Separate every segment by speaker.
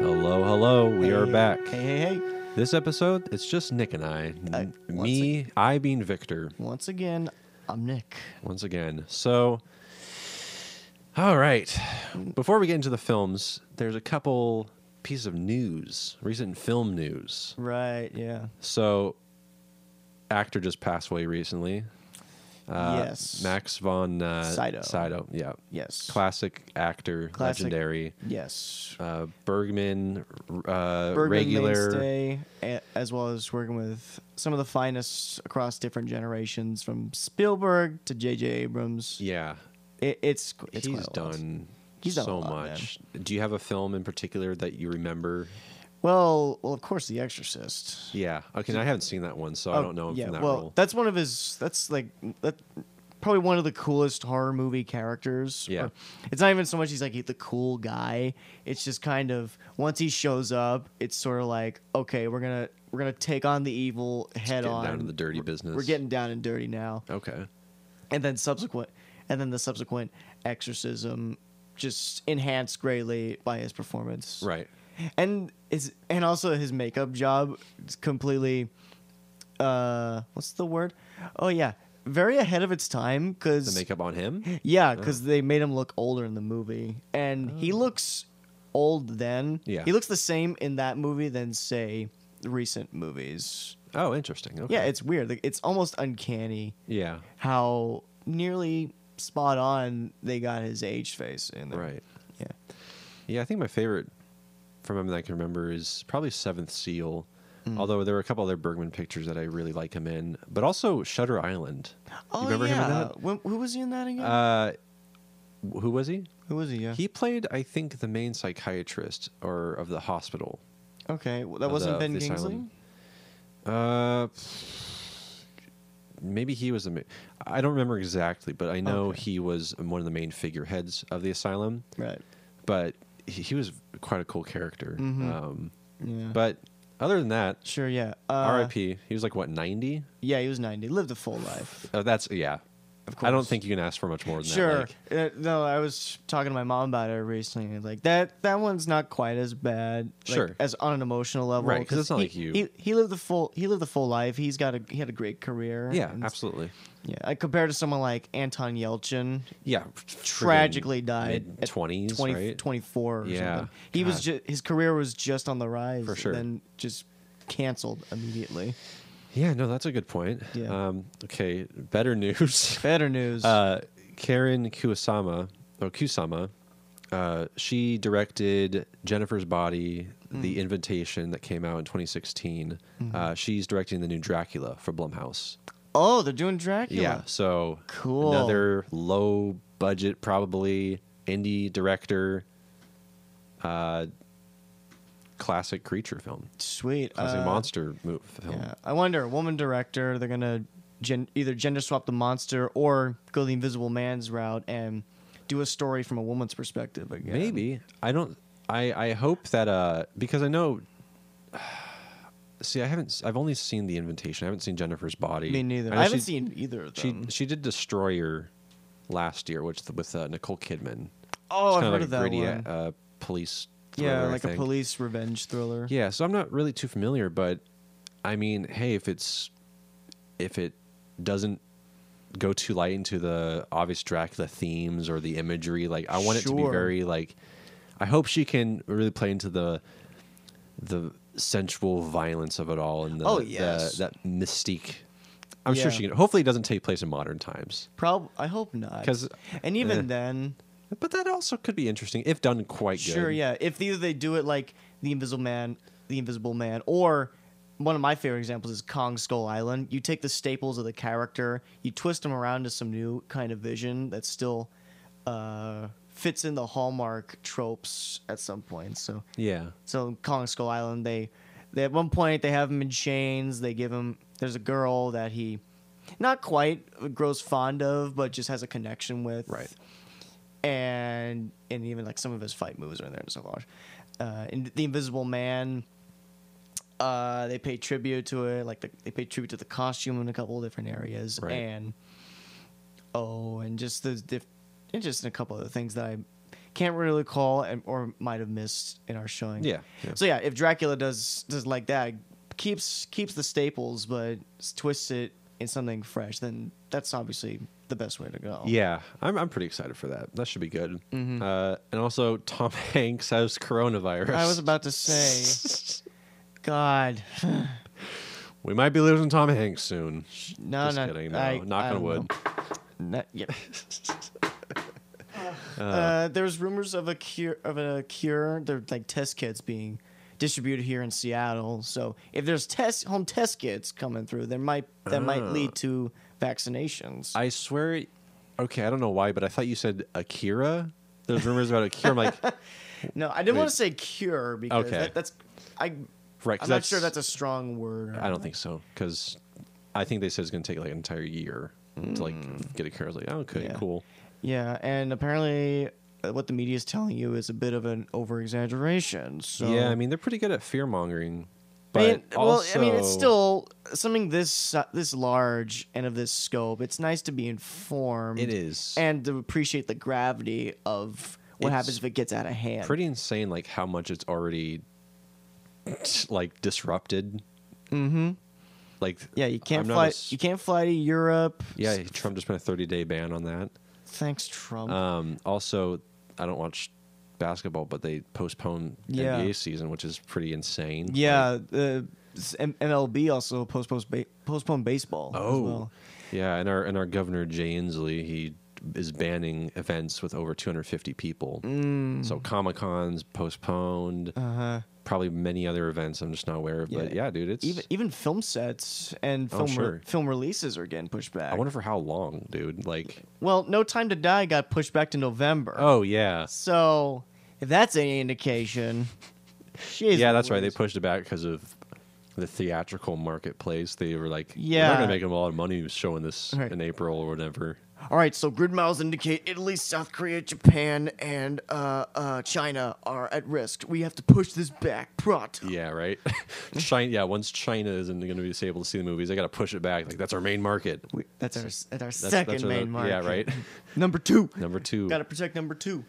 Speaker 1: Hello, hello. We are
Speaker 2: Hey.
Speaker 1: back.
Speaker 2: Hey, hey, hey.
Speaker 1: This episode, it's just Nick and I.
Speaker 2: Uh,
Speaker 1: N-
Speaker 2: once
Speaker 1: Me, I being Victor,
Speaker 2: Once again, I'm Nick.
Speaker 1: once again. So, all right. Before we get into the films, there's a couple pieces of news, recent film news.
Speaker 2: Right, yeah.
Speaker 1: So, actor just passed away recently. Uh,
Speaker 2: yes.
Speaker 1: Max von uh,
Speaker 2: Sydow.
Speaker 1: Sydow, yeah.
Speaker 2: Yes.
Speaker 1: Classic actor,
Speaker 2: Classic-
Speaker 1: legendary.
Speaker 2: Yes.
Speaker 1: Uh, Bergman, r- uh,
Speaker 2: Bergman
Speaker 1: regular.
Speaker 2: mainstay, a- as well as working with some of the finest across different generations, from Spielberg to J.J. Abrams.
Speaker 1: Yeah,
Speaker 2: It, it's qu- it's
Speaker 1: he's
Speaker 2: quite a lot.
Speaker 1: done
Speaker 2: He's done a
Speaker 1: so
Speaker 2: lot, man.
Speaker 1: much. Do you have a film in particular that you remember?
Speaker 2: Well, well, of course, The Exorcist.
Speaker 1: Yeah. Okay, I haven't seen that one, so I
Speaker 2: Oh,
Speaker 1: don't know him
Speaker 2: yeah,
Speaker 1: from that
Speaker 2: well,
Speaker 1: role.
Speaker 2: that's one of his. That's like that. Probably one of the coolest horror movie characters.
Speaker 1: Yeah.
Speaker 2: Or- it's not even so much he's like the cool guy. It's just kind of once he shows up, it's sort of like okay, we're gonna we're gonna take on the evil head
Speaker 1: getting
Speaker 2: on.
Speaker 1: down to the dirty
Speaker 2: We're-
Speaker 1: business.
Speaker 2: We're getting down and dirty now,
Speaker 1: okay.
Speaker 2: and then subsequent, and then the subsequent exorcism, just enhanced greatly by his performance
Speaker 1: Right.
Speaker 2: and it's and also his makeup job is completely uh what's the word oh yeah very ahead of its time
Speaker 1: The
Speaker 2: because
Speaker 1: makeup Uh-huh. on him?
Speaker 2: yeah because they made him look older in the movie and he looks old then
Speaker 1: Oh. Yeah.
Speaker 2: he looks the same in that movie than say recent movies
Speaker 1: Oh, interesting. Okay.
Speaker 2: yeah it's weird like, it's almost uncanny
Speaker 1: yeah.
Speaker 2: how nearly spot on they got his age face in there
Speaker 1: Right.
Speaker 2: yeah
Speaker 1: Yeah, I think my favorite from him that I can remember is probably Seventh Seal.
Speaker 2: Hmm.
Speaker 1: Although there were a couple other Bergman pictures that I really like him in, but also Shutter Island.
Speaker 2: oh
Speaker 1: you remember
Speaker 2: yeah
Speaker 1: him in that?
Speaker 2: When- who was he in that again
Speaker 1: Uh, wh- who was he?
Speaker 2: who was he yeah
Speaker 1: He played, I think, the main psychiatrist or of the hospital.
Speaker 2: Okay, well, that
Speaker 1: of
Speaker 2: wasn't
Speaker 1: the-
Speaker 2: Ben
Speaker 1: of the
Speaker 2: Kingsley.
Speaker 1: asylum. Uh, maybe he was the. Ma- I don't remember exactly, but I know
Speaker 2: Okay.
Speaker 1: he was one of the main figureheads of the asylum.
Speaker 2: Right.
Speaker 1: But he, he was quite a cool character.
Speaker 2: Mm-hmm.
Speaker 1: Um,
Speaker 2: Yeah.
Speaker 1: but other than that,
Speaker 2: sure, yeah. Uh,
Speaker 1: R.I.P. He was like what ninety?
Speaker 2: Yeah, he was ninety. Lived a full life.
Speaker 1: Oh, that's yeah. I don't
Speaker 2: course.
Speaker 1: think you can ask for much more than
Speaker 2: Sure.
Speaker 1: that.
Speaker 2: Uh, no, I was talking to my mom about it recently. and Like that, that one's not quite as bad. like,
Speaker 1: Sure.
Speaker 2: As on an emotional level,
Speaker 1: Right, 'cause it's not
Speaker 2: he-
Speaker 1: like you-
Speaker 2: He, he lived the full. He lived the full life. He's got a. He had a great career.
Speaker 1: Like, yeah,
Speaker 2: and-
Speaker 1: absolutely.
Speaker 2: Yeah. Like, compared to someone like Anton Yelchin,
Speaker 1: Yeah,
Speaker 2: tragically died at
Speaker 1: twenties,
Speaker 2: 20,
Speaker 1: right?
Speaker 2: 24 or
Speaker 1: Yeah.
Speaker 2: something. He was
Speaker 1: God.
Speaker 2: ju- his career was just on the rise
Speaker 1: For sure.
Speaker 2: and then just canceled immediately.
Speaker 1: Yeah, no, that's a good point.
Speaker 2: Yeah.
Speaker 1: Um, okay, better news.
Speaker 2: Better news.
Speaker 1: Uh, Karen Kusama or Kusama, uh, she directed Jennifer's Body,
Speaker 2: Hmm.
Speaker 1: The Invitation that came out in 2016.
Speaker 2: Mm-hmm.
Speaker 1: Uh, she's directing the new Dracula for Blumhouse.
Speaker 2: oh, they're doing Dracula.
Speaker 1: Yeah, so
Speaker 2: Cool.
Speaker 1: Another low budget, probably indie director. Uh, classic creature film,
Speaker 2: Sweet.
Speaker 1: classic
Speaker 2: Uh,
Speaker 1: monster mo- film.
Speaker 2: Yeah. I wonder, woman director, they're gonna gen- either gender swap the monster or go the Invisible Man's route and do a story from a woman's perspective again.
Speaker 1: Maybe I don't. I I hope that uh because I know. See, I haven't. s- I've only seen the invitation. I haven't seen Jennifer's body.
Speaker 2: Me neither.
Speaker 1: know
Speaker 2: I, haven't
Speaker 1: she-
Speaker 2: seen um, either of
Speaker 1: She
Speaker 2: them.
Speaker 1: she did Destroyer last year, which with uh, Nicole Kidman.
Speaker 2: oh, I've
Speaker 1: kinda
Speaker 2: heard
Speaker 1: like
Speaker 2: of that
Speaker 1: gritty,
Speaker 2: one.
Speaker 1: Uh, police.
Speaker 2: yeah,
Speaker 1: thriller, I
Speaker 2: like a
Speaker 1: think.
Speaker 2: police revenge thriller.
Speaker 1: Yeah, so I'm not really too familiar, but I mean, hey, if it's if it doesn't go too light into the obvious Dracula themes or the imagery, like I want it to be
Speaker 2: Sure.
Speaker 1: very like I hope she can really play into the the sensual violence of it all and the,
Speaker 2: Oh,
Speaker 1: the-
Speaker 2: yes.
Speaker 1: that mystique. I'm
Speaker 2: Yeah.
Speaker 1: sure she can. Hopefully, it doesn't take place in modern times,
Speaker 2: Prob- I hope not.
Speaker 1: 'Cause,
Speaker 2: and even
Speaker 1: eh.
Speaker 2: then,
Speaker 1: but that also could be interesting if done quite good.
Speaker 2: Sure, yeah. If either they do it like the Invisible Man, the Invisible Man, or one of my favorite examples is Kong Skull Island. You take the staples of the character, you twist them around to some new kind of vision that still uh, fits in the hallmark tropes at some point. So,
Speaker 1: yeah.
Speaker 2: so in Kong Skull Island, they, they at one point they have him in chains. They give him there's a girl that he, not quite grows fond of, but just has a connection with
Speaker 1: Right.
Speaker 2: and and even like some of his fight moves are in there and so on. Uh, and the Invisible Man, uh, they pay tribute to it. Like the, they pay tribute to the costume in a couple of different areas,
Speaker 1: Right.
Speaker 2: and oh, and just the diff, and just a couple other things that I Can't really recall, and, or might have missed in our showing.
Speaker 1: Yeah, yeah.
Speaker 2: So yeah, if Dracula does does like that, keeps keeps the staples but s- twists it in something fresh, then that's obviously the best way to go.
Speaker 1: Yeah, I'm, I'm pretty excited for that. That should be good.
Speaker 2: Mm-hmm.
Speaker 1: Uh, and also, Tom Hanks has coronavirus.
Speaker 2: I was about to say, God,
Speaker 1: we might be losing Tom Hanks soon.
Speaker 2: no,
Speaker 1: Just
Speaker 2: no,
Speaker 1: kidding. No,
Speaker 2: I-
Speaker 1: knock
Speaker 2: I
Speaker 1: on
Speaker 2: don't
Speaker 1: wood.
Speaker 2: know. No, yep. uh, there was rumors of a cure of a cure. There were, like test kits being distributed here in Seattle. So if there's test home test kits coming through, there might that might lead to vaccinations.
Speaker 1: Oh. I swear. it- Okay, I don't know why, but I thought you said Akira. There's rumors about Akira. I'm like,
Speaker 2: no, I didn't
Speaker 1: Wait.
Speaker 2: want to say cure because
Speaker 1: Okay.
Speaker 2: that, that's I.
Speaker 1: right? 'cause
Speaker 2: I'm not sure that's a strong word.
Speaker 1: I don't think so because I think they said it's going to take like an entire year to like get a cure. I was like, oh, okay,
Speaker 2: Mm. Yeah.
Speaker 1: cool.
Speaker 2: Yeah, and apparently uh, what the media is telling you is a bit of an over exaggeration. So
Speaker 1: Yeah, I mean they're pretty good at fear mongering,
Speaker 2: I
Speaker 1: but
Speaker 2: mean, well, I mean, it's
Speaker 1: also-
Speaker 2: still something this si- this large and of this scope. It's nice to be informed.
Speaker 1: It is.
Speaker 2: and to appreciate the gravity of what
Speaker 1: It's
Speaker 2: happens if it gets out of hand.
Speaker 1: pretty insane like how much it's already like disrupted. Mm-hmm. Like
Speaker 2: yeah, you can't
Speaker 1: I'm not
Speaker 2: fly.
Speaker 1: as-
Speaker 2: you can't fly to Europe.
Speaker 1: yeah, Trump just put a 30 day ban on that.
Speaker 2: Thanks, Trump.
Speaker 1: Um, also, I don't watch basketball, but they postponed
Speaker 2: Yeah.
Speaker 1: NBA season, which is pretty insane. Like,
Speaker 2: yeah, the s- M- MLB also postpones ba- postponed baseball. as
Speaker 1: oh,
Speaker 2: well.
Speaker 1: yeah, and our and our governor Jay Inslee, he is banning events with over 250 people.
Speaker 2: Mm.
Speaker 1: So Comic Cons postponed. Uh-huh. Probably many other events I'm just not aware of. But
Speaker 2: Yeah.
Speaker 1: yeah, dude, it's
Speaker 2: even even film sets and
Speaker 1: Oh,
Speaker 2: film re-
Speaker 1: sure.
Speaker 2: film releases are getting pushed back.
Speaker 1: I wonder for how long, dude. Like,
Speaker 2: well, No Time to Die got pushed back to November.
Speaker 1: oh yeah,
Speaker 2: So, if that's any indication, she's
Speaker 1: yeah, that's right. They pushed it back because of the theatrical marketplace. They were like, we're
Speaker 2: Yeah.
Speaker 1: not gonna make them a lot of money showing this
Speaker 2: Right.
Speaker 1: in April or whatever.
Speaker 2: All right, so grid miles indicate Italy, South Korea, Japan, and uh, uh, China are at risk. We have to push this back, pronto.
Speaker 1: Yeah, right. China. Yeah, once China isn't gonna be able to see the movies, they gotta push it back. Like that's our main market.
Speaker 2: We, that's our that's our
Speaker 1: That's,
Speaker 2: second
Speaker 1: that's our-
Speaker 2: main market.
Speaker 1: Yeah, right.
Speaker 2: Number two.
Speaker 1: Number two.
Speaker 2: Got to protect number two.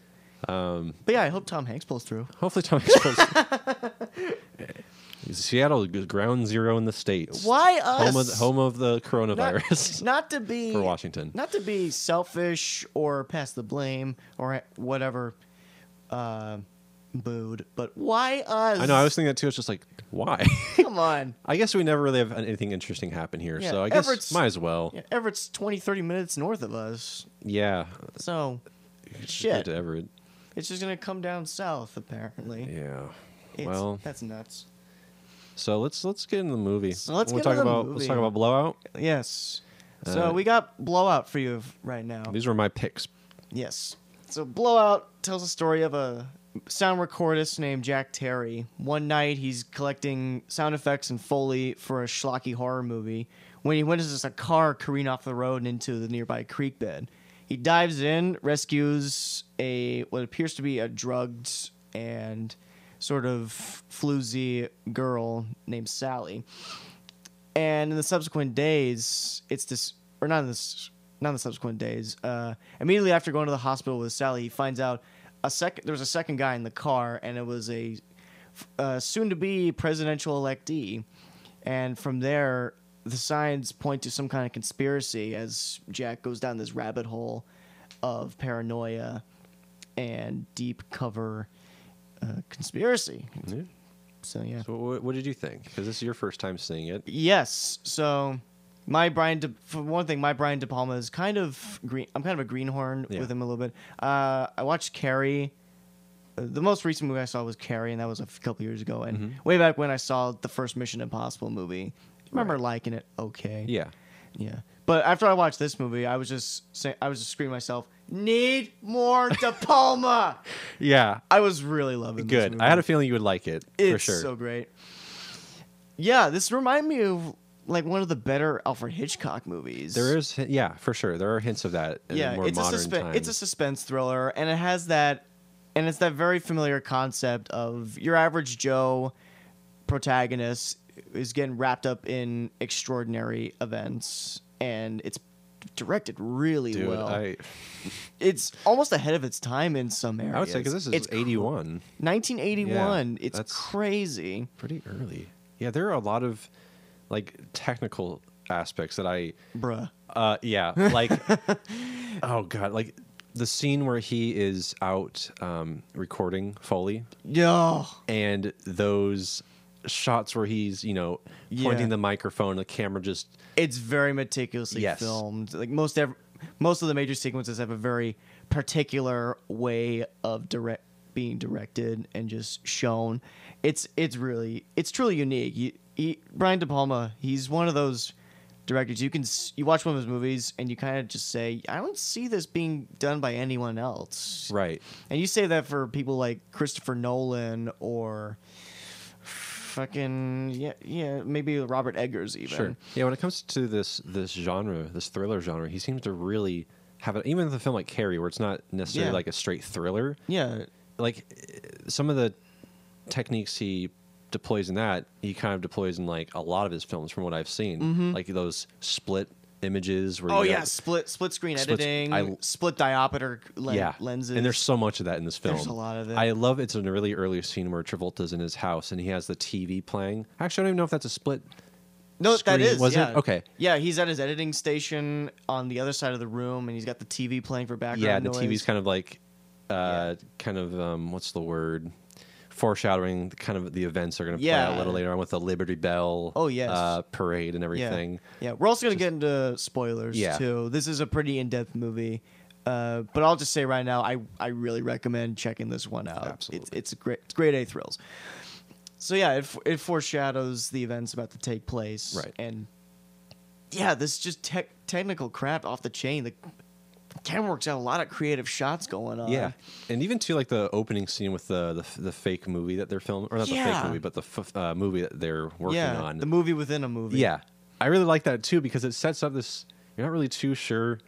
Speaker 2: Um, but yeah, I hope Tom Hanks pulls through.
Speaker 1: Hopefully, Tom Hanks pulls- Seattle is ground zero in the states.
Speaker 2: Why us?
Speaker 1: Home of, the- home of the
Speaker 2: not,
Speaker 1: coronavirus
Speaker 2: not to be
Speaker 1: for Washington.
Speaker 2: not to be selfish or pass the blame or whatever uh, mood, but why us?
Speaker 1: I know. I was thinking that too. It's just like, why?
Speaker 2: Come on.
Speaker 1: I guess we never really have anything interesting happen here,
Speaker 2: Yeah,
Speaker 1: so I guess
Speaker 2: Everett's-
Speaker 1: might as well.
Speaker 2: Yeah, Everett's 20, 30 minutes north of us.
Speaker 1: Yeah,
Speaker 2: So,
Speaker 1: get
Speaker 2: shit.
Speaker 1: to Everett.
Speaker 2: It's just going to come down south, apparently.
Speaker 1: Yeah.
Speaker 2: It's,
Speaker 1: well,
Speaker 2: that's nuts.
Speaker 1: so let's let's get into the movie.
Speaker 2: So let's
Speaker 1: Wanna
Speaker 2: get
Speaker 1: talk
Speaker 2: into the
Speaker 1: about let's
Speaker 2: movie.
Speaker 1: talk about Blowout.
Speaker 2: Yes. So,
Speaker 1: Uh,
Speaker 2: we got Blowout for you right now.
Speaker 1: These were my picks.
Speaker 2: Yes. So Blowout tells the story of a sound recordist named Jack Terry. One night he's collecting sound effects and foley for a schlocky horror movie when he witnesses a car careen off the road and into the nearby creek bed. He dives in, rescues a what appears to be a drugged and sort of floozy girl named Sally and in the subsequent days, it's this or not in this not in the subsequent days. Uh, immediately after going to the hospital with Sally, he finds out a second there was a second guy in the car, and it was a uh, soon-to-be presidential electee. And from there, the signs point to some kind of conspiracy as Jack goes down this rabbit hole of paranoia and deep cover uh, conspiracy.
Speaker 1: Yeah.
Speaker 2: So yeah.
Speaker 1: So what, what did you think? Because this is your first time seeing it.
Speaker 2: Yes. So my Brian, De, for one thing, my Brian De Palma is kind of green. I'm kind of a greenhorn
Speaker 1: Yeah.
Speaker 2: with him a little bit. Uh, I watched Carrie. Uh, The most recent movie I saw was Carrie, and that was a f- couple years ago. And
Speaker 1: Mm-hmm.
Speaker 2: way back when I saw the first Mission Impossible movie, I remember liking it okay.
Speaker 1: Yeah.
Speaker 2: Yeah. But after I watched this movie, I was just saying, I was just screaming myself, "Need more De Palma!"
Speaker 1: Yeah.
Speaker 2: I was really loving. this
Speaker 1: Good.
Speaker 2: movie
Speaker 1: I had a feeling you would like it
Speaker 2: it's
Speaker 1: for sure.
Speaker 2: so great. Yeah, this reminded me of like one of the better Alfred Hitchcock movies.
Speaker 1: there is, yeah, for sure. There are hints of that. In
Speaker 2: yeah,
Speaker 1: more
Speaker 2: it's a
Speaker 1: modern
Speaker 2: suspense.
Speaker 1: times.
Speaker 2: It's a suspense thriller, and it has that, and it's that very familiar concept of your average Joe protagonist is getting wrapped up in extraordinary events, and it's directed really
Speaker 1: dude.
Speaker 2: well.
Speaker 1: I
Speaker 2: it's almost ahead of its time in some areas.
Speaker 1: I would say because this is
Speaker 2: It's cr-
Speaker 1: eighty one,
Speaker 2: 1981.
Speaker 1: Yeah,
Speaker 2: it's
Speaker 1: that's-
Speaker 2: crazy.
Speaker 1: pretty early. Yeah, there are a lot of like technical aspects that I
Speaker 2: Bruh.
Speaker 1: Uh, yeah, like oh god, like the scene where he is out um, recording Foley,
Speaker 2: Yo.
Speaker 1: and those shots where he's you know pointing
Speaker 2: Yeah.
Speaker 1: the microphone, the camera just
Speaker 2: It's very meticulously
Speaker 1: Yes.
Speaker 2: filmed. Like most ev- most of the major sequences have a very particular way of direct being directed and just shown. It's it's really it's truly unique. You, he, Brian De Palma, he's one of those directors you can s- you watch one of his movies and you kind of just say, I don't see this being done by anyone else.
Speaker 1: right.
Speaker 2: And you say that for people like Christopher Nolan or fucking yeah, yeah, maybe Robert Eggers even.
Speaker 1: Sure. Yeah, when it comes to this this genre, this thriller genre, he seems to really have it. Even with a film like Carrie, where it's not necessarily
Speaker 2: Yeah.
Speaker 1: like a straight thriller,
Speaker 2: Yeah.
Speaker 1: like eh, some of the techniques he deploys in that he kind of deploys in like a lot of his films from what i've seen like those split images where
Speaker 2: Mm-hmm. Oh
Speaker 1: you
Speaker 2: yeah,
Speaker 1: got-
Speaker 2: split split screen
Speaker 1: Split-
Speaker 2: editing,
Speaker 1: I-
Speaker 2: split diopter len-
Speaker 1: yeah
Speaker 2: lenses.
Speaker 1: and there's so much of that in this film
Speaker 2: There's a lot of it.
Speaker 1: i love it's in a really early scene where travolta's in his house and he has the tv playing actually i don't even know if that's a split
Speaker 2: no
Speaker 1: screen,
Speaker 2: that is
Speaker 1: was it?
Speaker 2: yeah.
Speaker 1: Okay.
Speaker 2: Yeah, he's at his editing station on the other side of the room, and he's got the TV playing for background
Speaker 1: yeah and the
Speaker 2: noise.
Speaker 1: tv's kind of like uh kind of um what's the word foreshadowing the kind of the events that are going to play out a
Speaker 2: Yeah.
Speaker 1: little later on with the liberty bell
Speaker 2: Oh, yes.
Speaker 1: uh parade and everything
Speaker 2: Yeah, yeah. we're also gonna get into spoilers
Speaker 1: Yeah.
Speaker 2: too. This is a pretty in-depth movie, uh, but I'll just say right now, I I really recommend checking this one out. it's
Speaker 1: Absolutely.
Speaker 2: it's a great it's grade A thrills. So yeah, it f- it foreshadows the events about to take place,
Speaker 1: Right.
Speaker 2: And yeah, this just tech technical crap off the chain. The camera works out a lot of creative shots going on.
Speaker 1: Yeah, and even too like the opening scene with the the, f- the fake movie that they're filming, or not the fake
Speaker 2: Yeah.
Speaker 1: movie, but the f- uh, movie that they're working
Speaker 2: yeah.
Speaker 1: on.
Speaker 2: The movie within a movie.
Speaker 1: yeah, I really like that too because it sets up this. You're not really too sure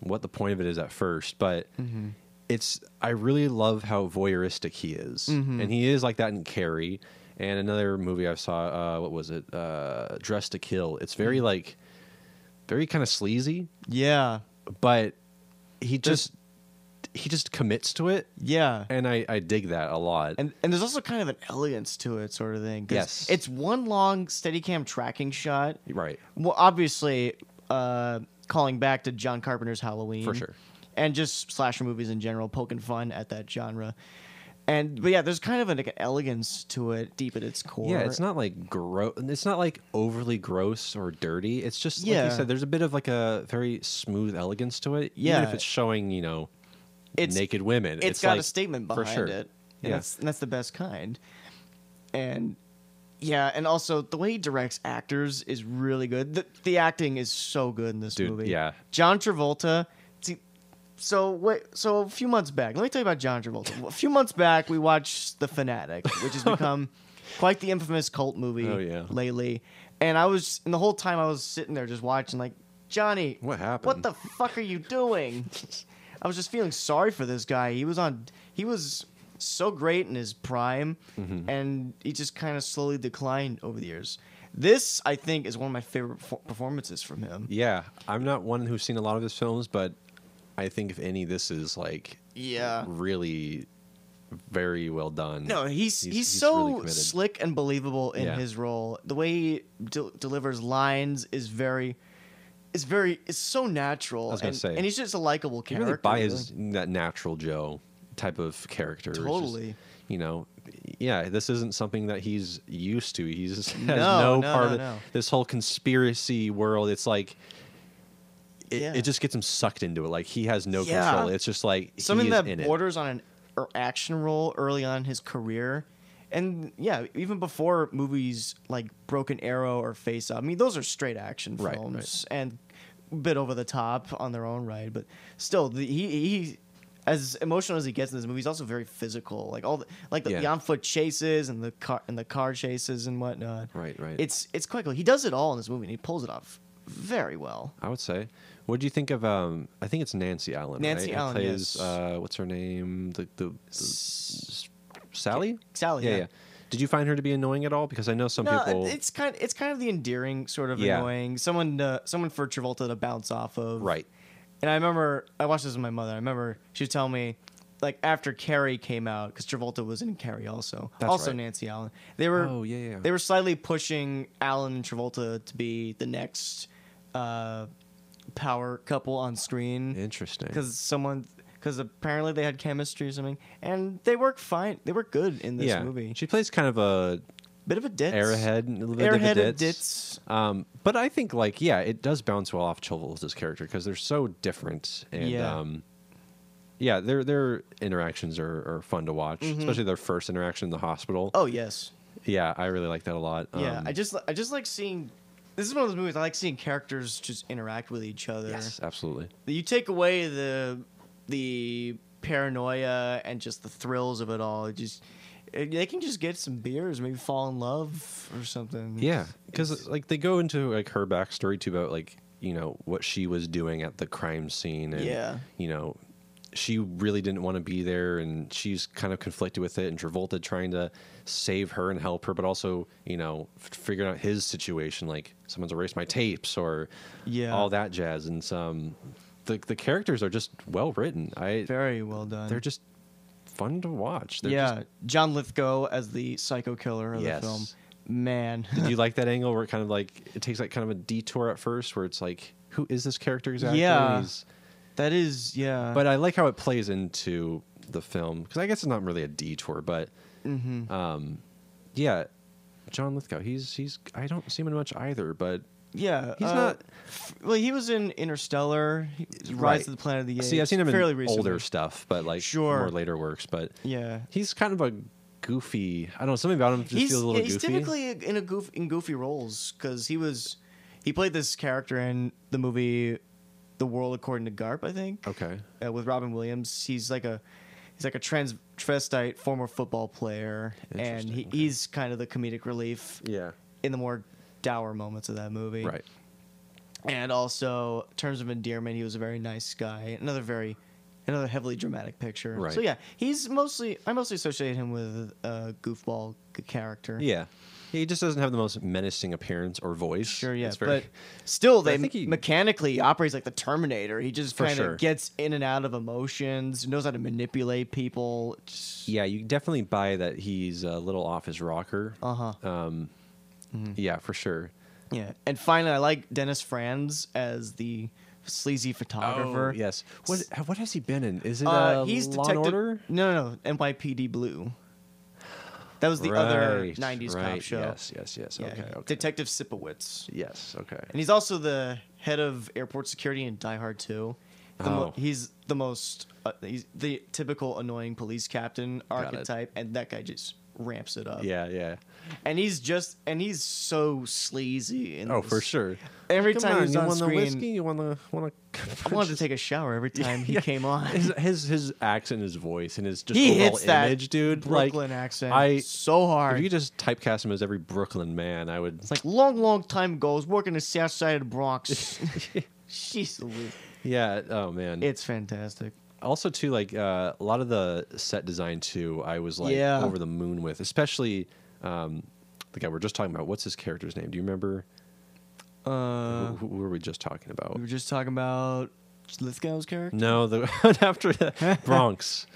Speaker 1: what the point of it is at first, but
Speaker 2: Mm-hmm.
Speaker 1: it's. I really love how voyeuristic he is,
Speaker 2: Mm-hmm.
Speaker 1: and he is like that in Carrie. And another movie I saw, uh, what was it? Uh, Dress to Kill. It's very
Speaker 2: Mm-hmm.
Speaker 1: like, very kind of sleazy,
Speaker 2: yeah,
Speaker 1: but he just he just commits to it
Speaker 2: yeah.
Speaker 1: and I, I dig that a lot.
Speaker 2: And and there's also kind of an elegance to it, sort of thing. 'cause
Speaker 1: Yes.
Speaker 2: It's one long Steadicam tracking shot.
Speaker 1: right,
Speaker 2: Well, obviously, uh, calling back to John Carpenter's Halloween.
Speaker 1: For sure.
Speaker 2: And just slasher movies in general, poking fun at that genre. And but yeah, there's kind of an like, elegance to it deep at its core.
Speaker 1: yeah, it's not like gross. It's not like overly gross or dirty. It's just like
Speaker 2: Yeah.
Speaker 1: you said. There's a bit of like a very smooth elegance to it. even
Speaker 2: Yeah.
Speaker 1: if it's showing you know
Speaker 2: It's-
Speaker 1: naked women.
Speaker 2: it's got
Speaker 1: like-
Speaker 2: a statement
Speaker 1: for
Speaker 2: behind
Speaker 1: sure.
Speaker 2: it.
Speaker 1: Yeah.
Speaker 2: And that's and that's the best kind. And yeah, and also the way he directs actors is really good. The, the acting is so good in this
Speaker 1: Dude,
Speaker 2: movie.
Speaker 1: yeah.
Speaker 2: John Travolta. See, so wait, so a few months back, let me tell you about John Travolta. a few months back, we watched The Fanatic, which has become quite the infamous cult movie
Speaker 1: Oh, yeah.
Speaker 2: lately. And I was, and the whole time I was sitting there just watching, like, Johnny,
Speaker 1: What
Speaker 2: What
Speaker 1: happened?
Speaker 2: the fuck are you doing? I was just feeling sorry for this guy. He was on, he was so great in his prime,
Speaker 1: Mm-hmm.
Speaker 2: and he just kind of slowly declined over the years. This, I think, is one of my favorite perfor- performances from him.
Speaker 1: Yeah, I'm not one who's seen a lot of his films, but I think if any, this is like
Speaker 2: Yeah.
Speaker 1: really very well done.
Speaker 2: Uh. No, he's
Speaker 1: he's
Speaker 2: he's,
Speaker 1: really
Speaker 2: so
Speaker 1: committed.
Speaker 2: slick and believable in
Speaker 1: Yeah.
Speaker 2: his role. The way he de- delivers lines is very, is very, is so natural. I
Speaker 1: was gonna
Speaker 2: and,
Speaker 1: say,
Speaker 2: and he's just a likable
Speaker 1: He
Speaker 2: character.
Speaker 1: really buys
Speaker 2: really.
Speaker 1: his that natural Joe type of character. It's just,
Speaker 2: Totally.
Speaker 1: you know, yeah, this isn't something that he's used to. He's has no,
Speaker 2: No, no,
Speaker 1: part
Speaker 2: no,
Speaker 1: of
Speaker 2: no.
Speaker 1: this whole conspiracy world. It's like it,
Speaker 2: Yeah.
Speaker 1: it just gets him sucked into it. Like he has no
Speaker 2: Yeah.
Speaker 1: control. It's just like he
Speaker 2: something
Speaker 1: is
Speaker 2: that
Speaker 1: in it.
Speaker 2: borders on an er, action role early on in his career. And yeah, even before movies like Broken Arrow or Face Off, I mean, those are straight action
Speaker 1: Right,
Speaker 2: films and a bit over the top on their own right. But still, the, he he as emotional as he gets in this movie, he's also very physical. Like all the, like the,
Speaker 1: Yeah.
Speaker 2: the on foot chases and the car and the car chases and whatnot.
Speaker 1: Right, right.
Speaker 2: It's it's quite cool. He does it all in this movie and he pulls it off very well.
Speaker 1: I would say. What do you think of? Um, I think it's Nancy Allen.
Speaker 2: Nancy
Speaker 1: right?
Speaker 2: Allen,
Speaker 1: Who plays,
Speaker 2: yes.
Speaker 1: uh, what's her name? The the, the Sally.
Speaker 2: Sally,
Speaker 1: Yeah,
Speaker 2: yeah.
Speaker 1: yeah. Did you find her to be annoying at all? Because I know some
Speaker 2: No,
Speaker 1: people.
Speaker 2: it's kind it's kind of the endearing sort of
Speaker 1: Yeah.
Speaker 2: annoying someone to, someone for Travolta to bounce off of.
Speaker 1: Right.
Speaker 2: And I remember I watched this with my mother. I remember she was telling me like after Carrie came out because Travolta was in Carrie also,
Speaker 1: That's
Speaker 2: also
Speaker 1: right.
Speaker 2: Nancy Allen. They were
Speaker 1: Oh, yeah, yeah, yeah.
Speaker 2: they were slightly pushing Allen and Travolta to be the next uh, power couple on screen
Speaker 1: Interesting.
Speaker 2: because someone because apparently they had chemistry or something and they work fine they work good in this
Speaker 1: yeah.
Speaker 2: movie
Speaker 1: She plays kind of a
Speaker 2: bit of a ditz
Speaker 1: airhead, a little bit
Speaker 2: airhead
Speaker 1: of a
Speaker 2: of
Speaker 1: ditz.
Speaker 2: ditz
Speaker 1: Um, but I think like yeah, it does bounce well off Chilvels' character because they're so different and
Speaker 2: Yeah.
Speaker 1: um, yeah, their their interactions are, are fun to watch, especially their first interaction in the hospital.
Speaker 2: Mm-hmm. oh yes
Speaker 1: Yeah, I really like that a lot.
Speaker 2: yeah
Speaker 1: Um,
Speaker 2: i just i just like seeing this is one of those movies i like seeing characters just interact with each other
Speaker 1: yes, absolutely.
Speaker 2: you take away the the paranoia and just the thrills of it all it just it- they can just get some beers maybe fall in love or something
Speaker 1: Yeah,
Speaker 2: It's-
Speaker 1: because like they go into like her backstory too about like you know what she was doing at the crime scene and
Speaker 2: Yeah.
Speaker 1: you know she really didn't want to be there and she's kind of conflicted with it and Travolta trying to save her and help her but also you know f- figuring out his situation like someone's erased my tapes or
Speaker 2: Yeah.
Speaker 1: all that jazz and some the the characters are just well written I
Speaker 2: very well done
Speaker 1: they're just fun to watch they're
Speaker 2: yeah,
Speaker 1: just,
Speaker 2: John Lithgow as the psycho killer of
Speaker 1: Yes.
Speaker 2: the film. Man,
Speaker 1: Did you like that angle where it kind of like it takes like kind of a detour at first, where it's like, who is this character exactly?
Speaker 2: Yeah.
Speaker 1: He's-
Speaker 2: that is yeah.
Speaker 1: But I like how it plays into the film because I guess it's not really a detour, but
Speaker 2: Mm-hmm.
Speaker 1: um, yeah, John Lithgow. He's he's I don't see him in much either, but
Speaker 2: yeah,
Speaker 1: he's
Speaker 2: uh,
Speaker 1: not-
Speaker 2: f- Well, he was in Interstellar, he- Rise
Speaker 1: Right.
Speaker 2: of the Planet of the Apes.
Speaker 1: see I've seen him
Speaker 2: fairly
Speaker 1: in
Speaker 2: recently.
Speaker 1: older stuff, but like
Speaker 2: Sure.
Speaker 1: more later works. But
Speaker 2: Yeah,
Speaker 1: he's kind of a goofy. I don't know something about him just
Speaker 2: he's
Speaker 1: feels a little
Speaker 2: yeah, he's
Speaker 1: goofy.
Speaker 2: typically in a goof in goofy roles because he was he played this character in the movie The World According to Garp, I think.
Speaker 1: okay,
Speaker 2: uh, with Robin Williams. He's like a he's like a transvestite former football player, and
Speaker 1: Interesting,
Speaker 2: he,
Speaker 1: okay.
Speaker 2: he's kind of the comedic relief
Speaker 1: yeah,
Speaker 2: in the more dour moments of that movie.
Speaker 1: right.
Speaker 2: And also, in terms of endearment, he was a very nice guy. Another very, another heavily dramatic picture.
Speaker 1: Right.
Speaker 2: So yeah, he's mostly I mostly associate him with a goofball g- character.
Speaker 1: Yeah. He just doesn't have the most menacing appearance or voice.
Speaker 2: Sure, yeah,
Speaker 1: It's very-
Speaker 2: but still,
Speaker 1: But I
Speaker 2: they
Speaker 1: think he-
Speaker 2: mechanically operates like the Terminator. He just
Speaker 1: For
Speaker 2: kind of
Speaker 1: sure.
Speaker 2: gets in and out of emotions, knows how to manipulate people. Just-
Speaker 1: Yeah, you definitely buy that he's a little off his rocker.
Speaker 2: Uh huh.
Speaker 1: Um, Yeah, for sure.
Speaker 2: Yeah, and finally, I like Dennis Franz as the sleazy photographer.
Speaker 1: yes. What what has he been in? Is it
Speaker 2: Oh. uh,
Speaker 1: uh,
Speaker 2: he's
Speaker 1: Law
Speaker 2: detective.
Speaker 1: and Order?
Speaker 2: No, no, no, NYPD Blue. That was the other
Speaker 1: Right,
Speaker 2: '90s cop
Speaker 1: right,
Speaker 2: show.
Speaker 1: Yes, yes, yes.
Speaker 2: Yeah,
Speaker 1: Okay, okay.
Speaker 2: Detective Sipowicz,
Speaker 1: yes, okay.
Speaker 2: and he's also the head of airport security in Die Hard 2. The mo-
Speaker 1: Oh.
Speaker 2: he's the most uh, he's the typical annoying police captain
Speaker 1: it.
Speaker 2: archetype, and that guy just ramps it up.
Speaker 1: Yeah, yeah.
Speaker 2: and he's just and he's so sleazy. In
Speaker 1: Oh,
Speaker 2: this.
Speaker 1: for sure.
Speaker 2: Every
Speaker 1: Come
Speaker 2: time
Speaker 1: on,
Speaker 2: he's
Speaker 1: you
Speaker 2: on
Speaker 1: want
Speaker 2: screen,
Speaker 1: the whiskey? You want the want
Speaker 2: I wanted to take a shower every time he came on.
Speaker 1: His, his his accent, his voice, and his just
Speaker 2: He
Speaker 1: overall
Speaker 2: hits that
Speaker 1: image, dude.
Speaker 2: Brooklyn
Speaker 1: like,
Speaker 2: accent
Speaker 1: I
Speaker 2: so hard.
Speaker 1: If you just typecast him as every Brooklyn man, I would.
Speaker 2: it's like long, long time ago. I was working the south side of the Bronx. Jeez Louise.
Speaker 1: Yeah. Oh man.
Speaker 2: It's fantastic.
Speaker 1: also too like uh, a lot of the set design too i was like
Speaker 2: Yeah.
Speaker 1: over the moon with especially um, the guy we are just talking about what's his character's name do you remember
Speaker 2: Uh,
Speaker 1: who, who were we just talking about
Speaker 2: we were just talking about Lithgow's character.
Speaker 1: no the one after that bronx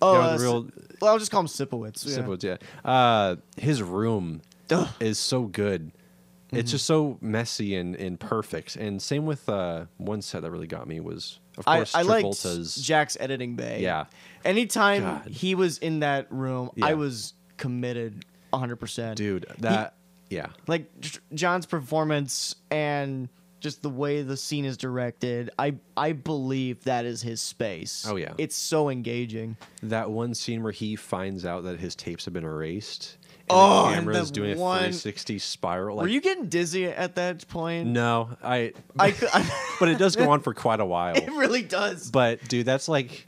Speaker 2: Oh,
Speaker 1: Yeah,
Speaker 2: uh,
Speaker 1: the real
Speaker 2: Si- well, I'll just call him Sipowicz. Yeah.
Speaker 1: Sipowicz, yeah. Uh, his room
Speaker 2: Ugh.
Speaker 1: is so good
Speaker 2: Mm-hmm.
Speaker 1: it's just so messy and, and perfect and same with uh, one set that really got me was of
Speaker 2: I,
Speaker 1: course
Speaker 2: I liked
Speaker 1: travolta's
Speaker 2: Jack's editing bay.
Speaker 1: Yeah.
Speaker 2: Anytime
Speaker 1: God.
Speaker 2: he was in that room,
Speaker 1: Yeah.
Speaker 2: I was committed 100%.
Speaker 1: dude
Speaker 2: He-
Speaker 1: that yeah
Speaker 2: like J- John's performance and just the way the scene is directed, I I believe that is his space.
Speaker 1: Oh, yeah.
Speaker 2: it's so engaging.
Speaker 1: that one scene where he finds out that his tapes have been erased. And
Speaker 2: Oh,
Speaker 1: the
Speaker 2: and
Speaker 1: camera's
Speaker 2: the
Speaker 1: doing
Speaker 2: one-
Speaker 1: a 360 spiral. Like,
Speaker 2: Were you getting dizzy at that point?
Speaker 1: No, I.
Speaker 2: I, cou-
Speaker 1: but it does go on for quite a while.
Speaker 2: it really does.
Speaker 1: But dude, that's like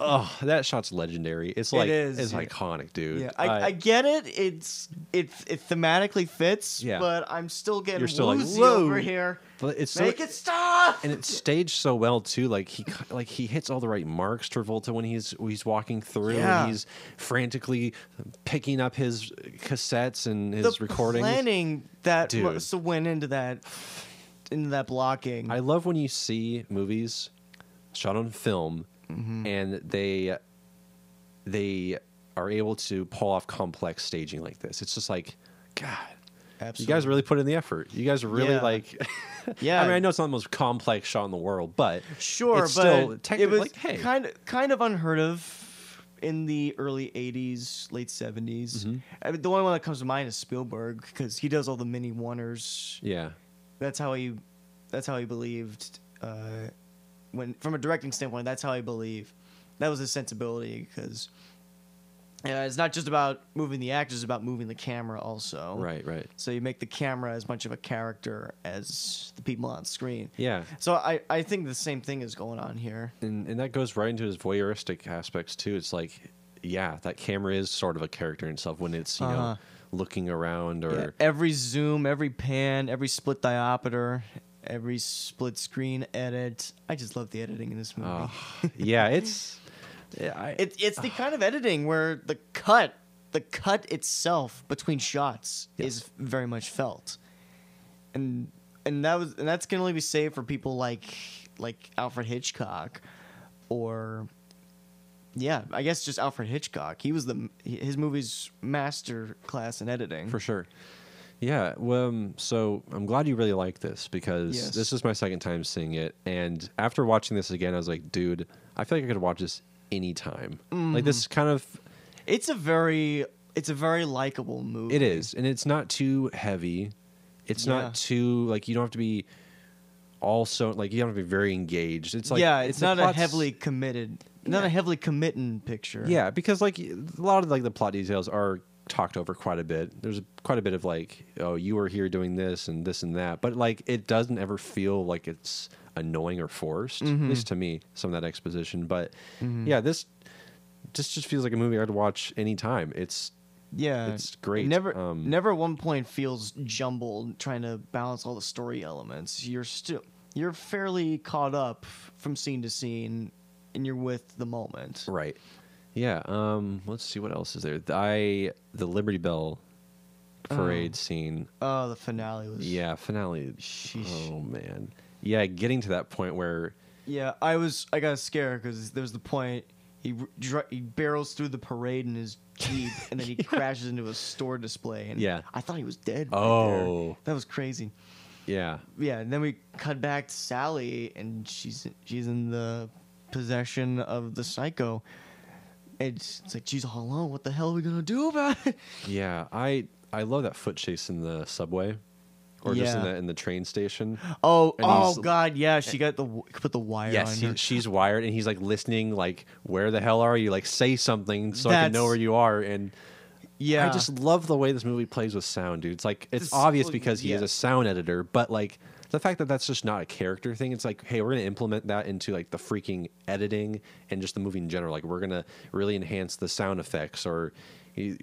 Speaker 1: oh, that shot's legendary. It's
Speaker 3: It
Speaker 1: like
Speaker 3: is,
Speaker 1: it's
Speaker 3: yeah.
Speaker 1: iconic, dude.
Speaker 3: Yeah,
Speaker 2: I, I, get it. It's it it thematically fits,
Speaker 1: Yeah.
Speaker 2: but I'm still getting
Speaker 1: You're still like,
Speaker 2: woozy
Speaker 1: "Whoa."
Speaker 2: over here.
Speaker 1: but it's so,
Speaker 2: Make it stop.
Speaker 1: and it's staged so well too. Like he ki- like he hits all the right marks. Travolta when he's when he's walking through,
Speaker 2: Yeah.
Speaker 1: and he's frantically picking up his cassettes and
Speaker 2: the
Speaker 1: his recordings.
Speaker 2: planning that
Speaker 1: Dude.
Speaker 2: must have went into that into that blocking.
Speaker 1: I love when you see movies shot on film
Speaker 2: Mm-hmm.
Speaker 1: and they they are able to pull off complex staging like this. It's just like, God, you guys really put in the effort. You guys really
Speaker 2: Yeah.
Speaker 1: like.
Speaker 2: Yeah.
Speaker 1: I mean, I know it's not the most complex shot in the world, but
Speaker 2: Sure,
Speaker 1: it's
Speaker 2: but
Speaker 1: still
Speaker 2: it
Speaker 1: technically
Speaker 2: was
Speaker 1: like, hey,
Speaker 2: kind of kind of unheard of in the early '80s, late '70s.
Speaker 1: Mm-hmm.
Speaker 2: I mean, the only one that comes to mind is Spielberg because he does all the mini oneers.
Speaker 1: yeah,
Speaker 2: That's how he, that's how he believed. Uh, when from a directing standpoint, that's how I believe. That was his sensibility because it's not just about moving the actors; it's about moving the camera also.
Speaker 1: right, right,
Speaker 2: So you make the camera as much of a character as the people on screen.
Speaker 1: yeah.
Speaker 2: So I, I think the same thing is going on here.
Speaker 1: and and that goes right into his voyeuristic aspects too. It's like, yeah, that camera is sort of a character in itself when it's you
Speaker 2: Uh-huh.
Speaker 1: know looking around or
Speaker 2: Yeah, every zoom, every pan, every split diopter, every split screen edit. I just love the editing in this movie.
Speaker 1: Uh, yeah, it's yeah, I,
Speaker 2: It, it's the kind of editing where the cut, the cut itself between shots is very much felt, and and that was and that's can only be saved for people like like Alfred Hitchcock, or yeah, I guess just Alfred Hitchcock. He was the his movies master class in editing.
Speaker 1: for sure. Yeah, well, um, so I'm glad you really like this because
Speaker 2: Yes.
Speaker 1: this is my second time seeing it, and after watching this again, I was like, dude, I feel like I could watch this anytime. Like this is
Speaker 2: Mm-hmm.
Speaker 1: kind of
Speaker 2: It's a very it's a very likable movie.
Speaker 1: it is, and it's not too heavy. It's
Speaker 2: Yeah.
Speaker 1: not too like you don't have to be also like you don't have to be very engaged. It's like
Speaker 2: yeah, it's
Speaker 1: the
Speaker 2: not a
Speaker 1: plot's-
Speaker 2: heavily committed, not a heavily committing picture.
Speaker 1: Yeah, because like a lot of like the plot details are talked over quite a bit. There's quite a bit of like, oh, you were here doing this and this and that, but like it doesn't ever feel like it's annoying or forced. At
Speaker 2: Mm-hmm.
Speaker 1: least to me, some of that exposition. But yeah, this this just feels like a movie I'd watch anytime. It's
Speaker 2: Yeah,
Speaker 1: It's great.
Speaker 2: Never,
Speaker 1: Um,
Speaker 2: never at one point feels jumbled trying to balance all the story elements. You're still, you're fairly caught up from scene to scene, and you're with the moment.
Speaker 1: right. Yeah. Um. Let's see what else is there. I the Liberty Bell parade scene
Speaker 2: Oh, the finale was.
Speaker 1: Yeah, finale.
Speaker 2: Sheesh.
Speaker 1: Oh man. Yeah, getting to that point where
Speaker 2: yeah. I was, I got scared because there's the point he r- dr- he barrels through the parade in his jeep, and then he crashes into a store display. And
Speaker 1: Yeah.
Speaker 2: I thought he was dead. right there.
Speaker 1: Oh.
Speaker 2: that was crazy.
Speaker 1: yeah,
Speaker 2: yeah, and then we cut back to Sally, and she's she's in the possession of the psycho. It's, it's like she's all alone. What the hell are we gonna do about it?
Speaker 1: yeah. I I love that foot chase in the subway, or just in
Speaker 2: Yeah.
Speaker 1: the in the train station.
Speaker 2: Oh,
Speaker 1: And
Speaker 2: oh
Speaker 1: he's- Eh.
Speaker 2: God, yeah, she got the w- put the wire
Speaker 1: Yes,
Speaker 2: on.
Speaker 1: he,
Speaker 2: her.
Speaker 1: she's wired, and he's like listening, like where the hell are you? Like say something so I can know
Speaker 2: That's-
Speaker 1: where you are. And
Speaker 2: yeah,
Speaker 1: I just love the way this movie plays with sound, dude. It's like it's
Speaker 2: This-
Speaker 1: obvious
Speaker 2: well,
Speaker 1: because he is
Speaker 2: yeah.
Speaker 1: a sound editor, but like the fact that that's just not a character thing. It's like, hey, we're gonna implement that into like the freaking editing and just the movie in general. Like we're gonna really enhance the sound effects, or eh,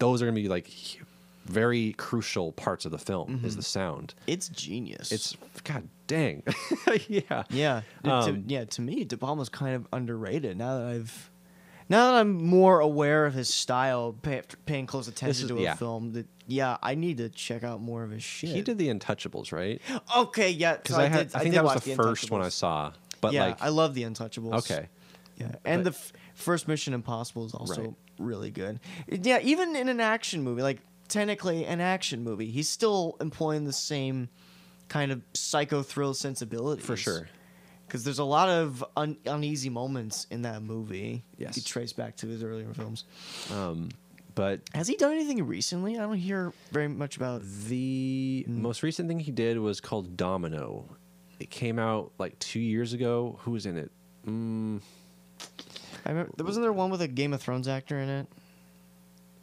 Speaker 1: those are gonna be like hu- very crucial parts of the film is
Speaker 2: Mm-hmm.
Speaker 1: the sound.
Speaker 2: it's genius.
Speaker 1: It's god dang, yeah,
Speaker 2: yeah, To-
Speaker 1: Um,
Speaker 2: yeah. To me, De Palma's kind of underrated. Now that I've now that I'm more aware of his style, pay, after paying close attention
Speaker 1: is-
Speaker 2: to a
Speaker 1: yeah.
Speaker 2: film. That yeah, I need to check out more of his shit.
Speaker 1: He did the Untouchables, right?
Speaker 2: okay, yeah. so
Speaker 1: Because I, had,
Speaker 2: did-
Speaker 1: I think
Speaker 2: did
Speaker 1: that was
Speaker 2: watch
Speaker 1: the first one I
Speaker 2: Untouchables.
Speaker 1: saw. But
Speaker 2: yeah,
Speaker 1: like,
Speaker 2: I love the Untouchables.
Speaker 1: okay,
Speaker 2: Yeah, and
Speaker 1: but-
Speaker 2: the f- first Mission Impossible is also
Speaker 1: Right.
Speaker 2: really good. Yeah, even in an action movie, like technically an action movie, he's still employing the same kind of psycho thrill sensibility
Speaker 1: for sure.
Speaker 2: Because there's a lot of un- uneasy moments in that movie.
Speaker 1: Yes.
Speaker 2: you trace back to his earlier films.
Speaker 1: Um, But
Speaker 2: Has he done anything recently? I don't hear very much about.
Speaker 1: The
Speaker 2: Mm-hmm.
Speaker 1: most recent thing he did was called Domino. It came out like two years ago. Who was in it? Mm,
Speaker 2: I remember wasn't there one with a Game of Thrones actor in it.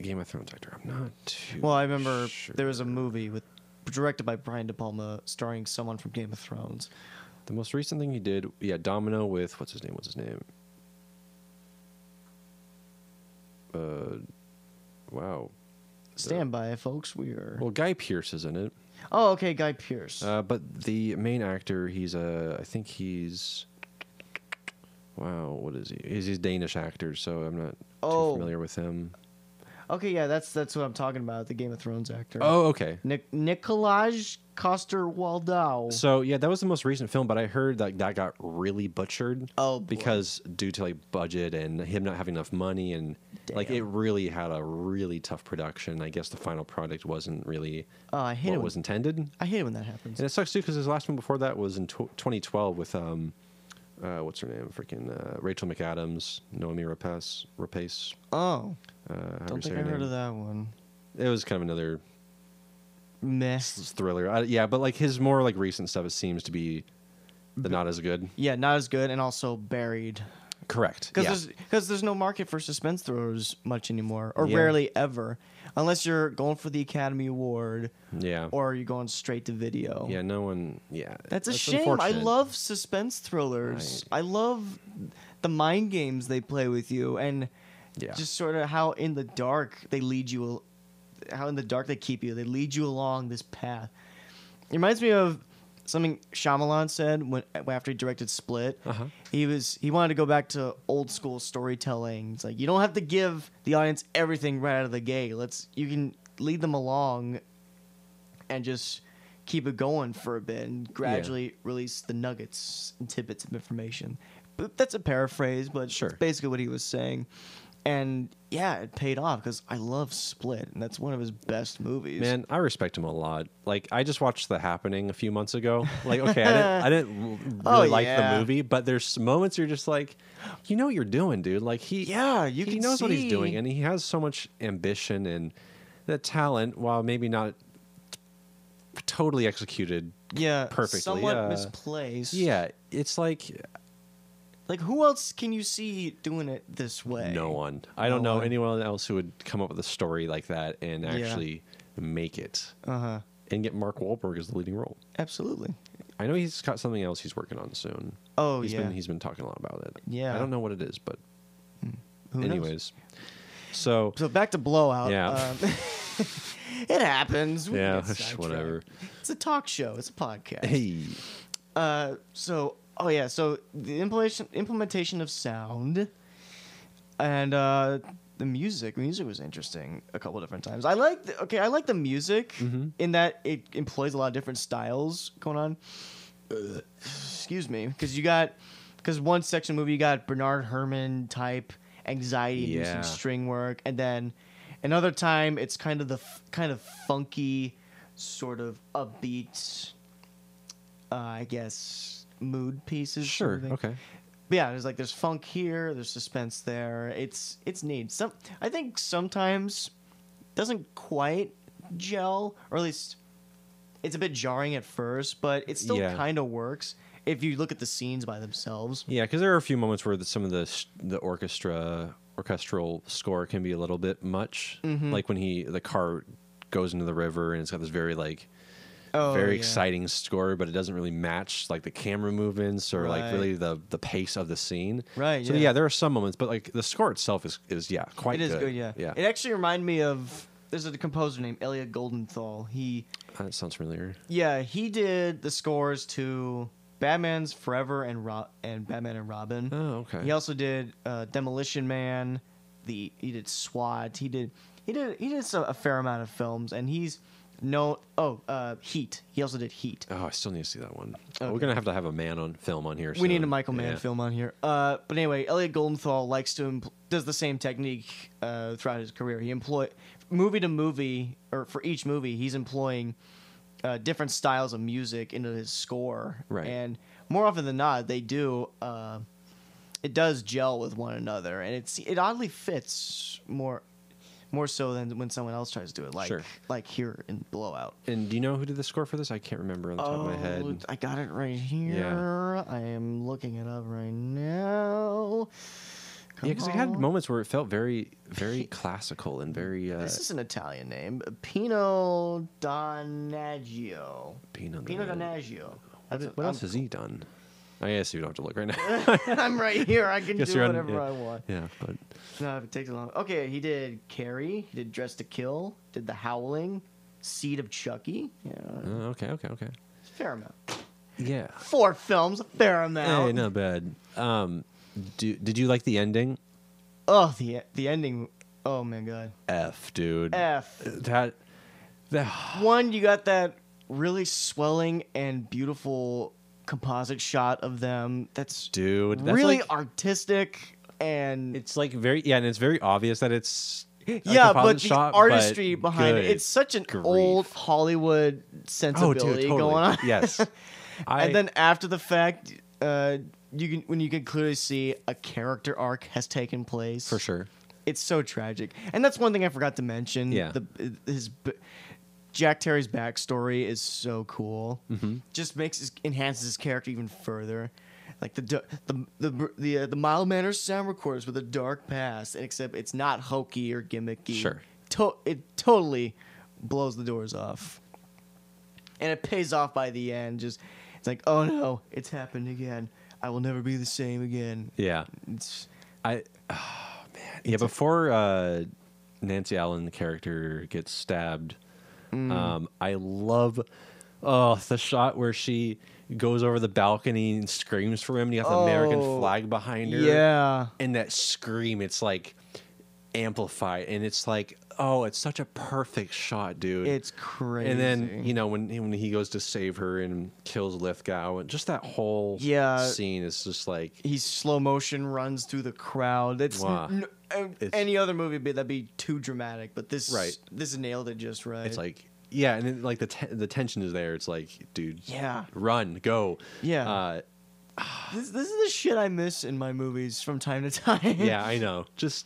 Speaker 1: Game of Thrones actor. I'm not too.
Speaker 2: Well, I remember
Speaker 1: sure.
Speaker 2: there was a movie with directed by Brian De Palma, starring someone from Game of Thrones.
Speaker 1: the most recent thing he did. Yeah, Domino with what's his name? What's his name? Uh, wow.
Speaker 2: Stand by, folks. We are.
Speaker 1: Well, Guy Pierce is in it,
Speaker 2: Oh, okay, Guy Pierce.
Speaker 1: uh, but the main actor, he's a. I think he's. Wow, what is he? He's, he's Danish actor, so I'm not
Speaker 2: Oh.
Speaker 1: too familiar with him.
Speaker 2: okay, yeah, that's that's what I'm talking about. The Game of Thrones actor.
Speaker 1: Oh, okay.
Speaker 2: Nic- Nicolaj Coster Waldau.
Speaker 1: So yeah, that was the most recent film, but I heard that that got really butchered.
Speaker 2: Oh, boy.
Speaker 1: because due to like budget and him not having enough money and like
Speaker 2: Damn.
Speaker 1: it really had a really tough production. I guess the final product wasn't really
Speaker 2: Oh, I hate
Speaker 1: what
Speaker 2: it. When,
Speaker 1: was intended, and
Speaker 2: I hate it when that happens.
Speaker 1: it sucks too because his last one before that was in tw 2012 with um, uh, what's her name? Freaking uh, Rachel McAdams, Naomi Rapace, Rapace.
Speaker 2: Oh,
Speaker 1: Uh, however you
Speaker 2: don't
Speaker 1: say
Speaker 2: think
Speaker 1: her
Speaker 2: I heard
Speaker 1: name.
Speaker 2: of that one.
Speaker 1: It was kind of another
Speaker 2: Mess.
Speaker 1: thriller. I, yeah, but like his more like recent stuff, it seems to be the not as good.
Speaker 2: Yeah, not as good, and also buried.
Speaker 1: Correct.
Speaker 2: Because
Speaker 1: yeah.
Speaker 2: there's because there's no market for suspense thrillers much anymore, or
Speaker 1: Yeah.
Speaker 2: rarely ever, unless you're going for the Academy Award
Speaker 1: Yeah.
Speaker 2: or you're going straight to video.
Speaker 1: yeah, no one. Yeah.
Speaker 2: That's a shame. I
Speaker 1: unfortunate.
Speaker 2: love suspense thrillers. I love the mind games they play with you and
Speaker 1: Yeah.
Speaker 2: just sort of how in the dark they lead you al- how in the dark they keep you. They lead you along this path. It reminds me of something Shyamalan said when after he directed Split.
Speaker 1: Uh-huh.
Speaker 2: He was he wanted to go back to old school storytelling. It's like you don't have to give the audience everything right out of the gate. Let's you can lead them along and just keep it going for a bit and gradually release the nuggets and tidbits of information. But that's a paraphrase, but
Speaker 1: Sure.
Speaker 2: it's basically what he was saying. And yeah, it paid off because I love Split, and that's one of his best movies.
Speaker 1: Man, I respect him a lot. Like, I just watched The Happening a few months ago. Like, okay, I didn't, I didn't l- really
Speaker 2: Oh,
Speaker 1: like
Speaker 2: yeah.
Speaker 1: the movie, but there's moments you're just like, you know what you're doing, dude. Like, he,
Speaker 2: Yeah, you
Speaker 1: he
Speaker 2: can
Speaker 1: knows what he's doing,
Speaker 2: see.
Speaker 1: and he has so much ambition and the talent, while maybe not totally executed.
Speaker 2: yeah,
Speaker 1: perfectly,
Speaker 2: somewhat
Speaker 1: yeah.
Speaker 2: misplaced.
Speaker 1: Yeah, it's like
Speaker 2: like who else can you see doing it this way?
Speaker 1: no one. I don't know
Speaker 2: one.
Speaker 1: anyone else who would come up with a story like that and
Speaker 2: Yeah.
Speaker 1: actually make it
Speaker 2: Uh huh.
Speaker 1: and get Mark Wahlberg as the leading role.
Speaker 2: Absolutely.
Speaker 1: I know he's got something else he's working on soon.
Speaker 2: Oh,
Speaker 1: He's
Speaker 2: yeah.
Speaker 1: been he's been talking a lot about it.
Speaker 2: Yeah.
Speaker 1: I don't know what it is, but
Speaker 2: Who knows?
Speaker 1: anyways. So
Speaker 2: So back to blowout.
Speaker 1: Yeah.
Speaker 2: Um, it happens. We
Speaker 1: Yeah,
Speaker 2: get sidetracked.
Speaker 1: whatever.
Speaker 2: It's a talk show. It's a podcast.
Speaker 1: hey,
Speaker 2: Uh, so oh yeah, so the implementation implementation of sound and uh, the music. Music was interesting a couple different times. I like the, okay, I like the music in that it employs a lot of different styles going on. Excuse me, because you got because one section of the movie you got Bernard Herman type anxiety and
Speaker 1: Yeah.
Speaker 2: some string work, and then another time it's kind of the f- kind of funky sort of upbeat uh, I guess mood pieces.
Speaker 1: sure,
Speaker 2: something.
Speaker 1: okay.
Speaker 2: But yeah, there's like there's funk here, there's suspense there. It's it's neat. Some I think sometimes doesn't quite gel, or at least it's a bit jarring at first, but it still
Speaker 1: Yeah.
Speaker 2: kind of works if you look at the scenes by themselves.
Speaker 1: Yeah, because there are a few moments where the, some of the s- the orchestra orchestral score can be a little bit much.
Speaker 2: Mm-hmm.
Speaker 1: Like when he the car goes into the river and it's got this very like
Speaker 2: Oh,
Speaker 1: very
Speaker 2: yeah.
Speaker 1: exciting score, but it doesn't really match like the camera movements or
Speaker 2: Right.
Speaker 1: like really the the pace of the scene.
Speaker 2: Right,
Speaker 1: So
Speaker 2: yeah.
Speaker 1: yeah. there are some moments, but like the score itself is is yeah quite.
Speaker 2: It is
Speaker 1: good.
Speaker 2: good. yeah.
Speaker 1: Yeah.
Speaker 2: It actually reminded me of there's a composer named Elliot Goldenthal. He
Speaker 1: that sounds familiar.
Speaker 2: Yeah, he did the scores to Batman's Forever and Ro- and Batman and Robin.
Speaker 1: Oh, okay.
Speaker 2: He also did uh, Demolition Man. The he did SWAT. He did he did he did so- a fair amount of films, and he's no oh uh, Heat. He also did Heat.
Speaker 1: Oh, I still need to see that one.
Speaker 2: Okay.
Speaker 1: We're gonna have to have a man on film on here.
Speaker 2: We need a
Speaker 1: soon.
Speaker 2: Michael Mann
Speaker 1: Yeah.
Speaker 2: film on here. Uh, but anyway, Elliot Goldenthal likes to impl- does the same technique uh, throughout his career. He employ movie to movie, or for each movie, he's employing uh, different styles of music into his score.
Speaker 1: Right.
Speaker 2: And more often than not, they do. Uh, it does gel with one another, and it's it oddly fits more more so than when someone else tries to do it, like
Speaker 1: Sure.
Speaker 2: like here in Blowout.
Speaker 1: And do you know who did the score for this? I can't remember on the top of my head.
Speaker 2: I got it right here. I am looking it up right now.
Speaker 1: Yeah, because it had
Speaker 2: Come on.
Speaker 1: moments where it felt very, very classical and very uh,
Speaker 2: This is an Italian name. Pino Donaggio.
Speaker 1: Pino.
Speaker 2: Pino
Speaker 1: Donaggio.
Speaker 2: Donaggio.
Speaker 1: What,
Speaker 2: That's
Speaker 1: what else has he done? I guess you don't have to look right now.
Speaker 2: I'm right here. I can
Speaker 1: Guess
Speaker 2: do
Speaker 1: you're on-
Speaker 2: whatever
Speaker 1: yeah.
Speaker 2: I want.
Speaker 1: yeah, but
Speaker 2: No, if it takes a long. Okay, he did Carrie. He did Dress to Kill. Did The Howling. Seed of Chucky. Yeah,
Speaker 1: uh, okay, okay, okay.
Speaker 2: fair amount.
Speaker 1: Yeah.
Speaker 2: Four films, a fair amount.
Speaker 1: Hey, not bad. Um, do, did you like the ending?
Speaker 2: Oh, the the ending. Oh my god.
Speaker 1: F, dude.
Speaker 2: F
Speaker 1: That. that
Speaker 2: one. You got that really swelling and beautiful composite shot of them. That's
Speaker 1: dude. That's
Speaker 2: really
Speaker 1: like-
Speaker 2: artistic and
Speaker 1: it's like very yeah, and it's very obvious that it's a
Speaker 2: yeah, but
Speaker 1: composite
Speaker 2: the
Speaker 1: shot, but
Speaker 2: artistry behind it.
Speaker 1: good
Speaker 2: It's such an
Speaker 1: grief.
Speaker 2: old Hollywood
Speaker 1: oh, dude,
Speaker 2: sensibility
Speaker 1: totally.
Speaker 2: going on.
Speaker 1: Yes, I,
Speaker 2: and then after the fact, uh, you can when you can clearly see a character arc has taken place.
Speaker 1: for sure.
Speaker 2: it's so tragic, and that's one thing I forgot to mention.
Speaker 1: Yeah.
Speaker 2: the, his b- Jack Terry's backstory is so cool. Mm-hmm. Just makes his, enhances his character even further. Like the d- the the the, uh, the mild manners sound recorders with a dark past, except it's not hokey or gimmicky.
Speaker 1: Sure.
Speaker 2: to- it totally blows the doors off and it pays off by the end. Just it's like, oh no, it's happened again. I will never be the same again.
Speaker 1: Yeah,
Speaker 2: It's
Speaker 1: I. Oh, man. Yeah, before uh, Nancy Allen, the character, gets stabbed,
Speaker 2: Mm.
Speaker 1: um, I love. Oh, the shot where she goes over the balcony and screams for him, and you got the American
Speaker 2: Oh,
Speaker 1: flag behind her.
Speaker 2: yeah,
Speaker 1: and that scream it's like amplified and it's like oh it's such a perfect shot dude
Speaker 2: it's crazy.
Speaker 1: and then you know when when he goes to save her and kills Lithgow and just that whole
Speaker 2: Yeah.
Speaker 1: scene is just like
Speaker 2: he slow motion runs through the crowd. That's
Speaker 1: Wow.
Speaker 2: n- n-
Speaker 1: It's-
Speaker 2: any other movie would be that'd be too dramatic, but this
Speaker 1: Right.
Speaker 2: this nailed it just right.
Speaker 1: it's like yeah and then like the te- the tension is there it's like dude
Speaker 2: Yeah.
Speaker 1: run go
Speaker 2: Yeah.
Speaker 1: uh,
Speaker 2: this, this is the shit I miss in my movies from time to time.
Speaker 1: yeah I know just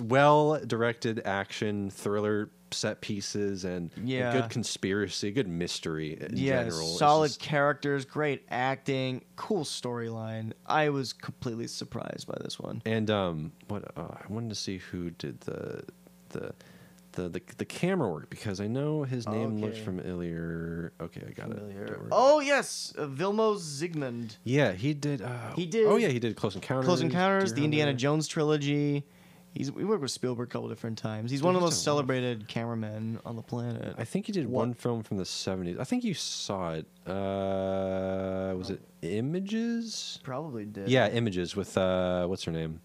Speaker 1: well directed action thriller set pieces and a
Speaker 2: Yeah.
Speaker 1: good conspiracy good mystery in
Speaker 2: yeah,
Speaker 1: general It's
Speaker 2: solid
Speaker 1: just-
Speaker 2: characters, great acting, cool storyline. I was completely surprised by this one.
Speaker 1: And um, what uh, I wanted to see who did the the the the, the camera work because I know his name looks
Speaker 2: Okay.
Speaker 1: familiar. Okay, I got it. Don't
Speaker 2: Familiar.
Speaker 1: worry.
Speaker 2: Oh yes, uh, Vilmos Zsigmond.
Speaker 1: yeah, he did. Uh,
Speaker 2: He did-
Speaker 1: Oh yeah, he did Close Encounters.
Speaker 2: Close Encounters, the
Speaker 1: Deer
Speaker 2: Indiana
Speaker 1: Hunter.
Speaker 2: Jones trilogy. He's we worked with Spielberg a couple different times. He's one of
Speaker 1: he's
Speaker 2: the most
Speaker 1: done a lot of-
Speaker 2: celebrated cameramen on the planet.
Speaker 1: I think he did
Speaker 2: What?
Speaker 1: one film from the seventies. I think you saw it. Uh, was it Images?
Speaker 2: probably did.
Speaker 1: Yeah, Images with uh, what's her name?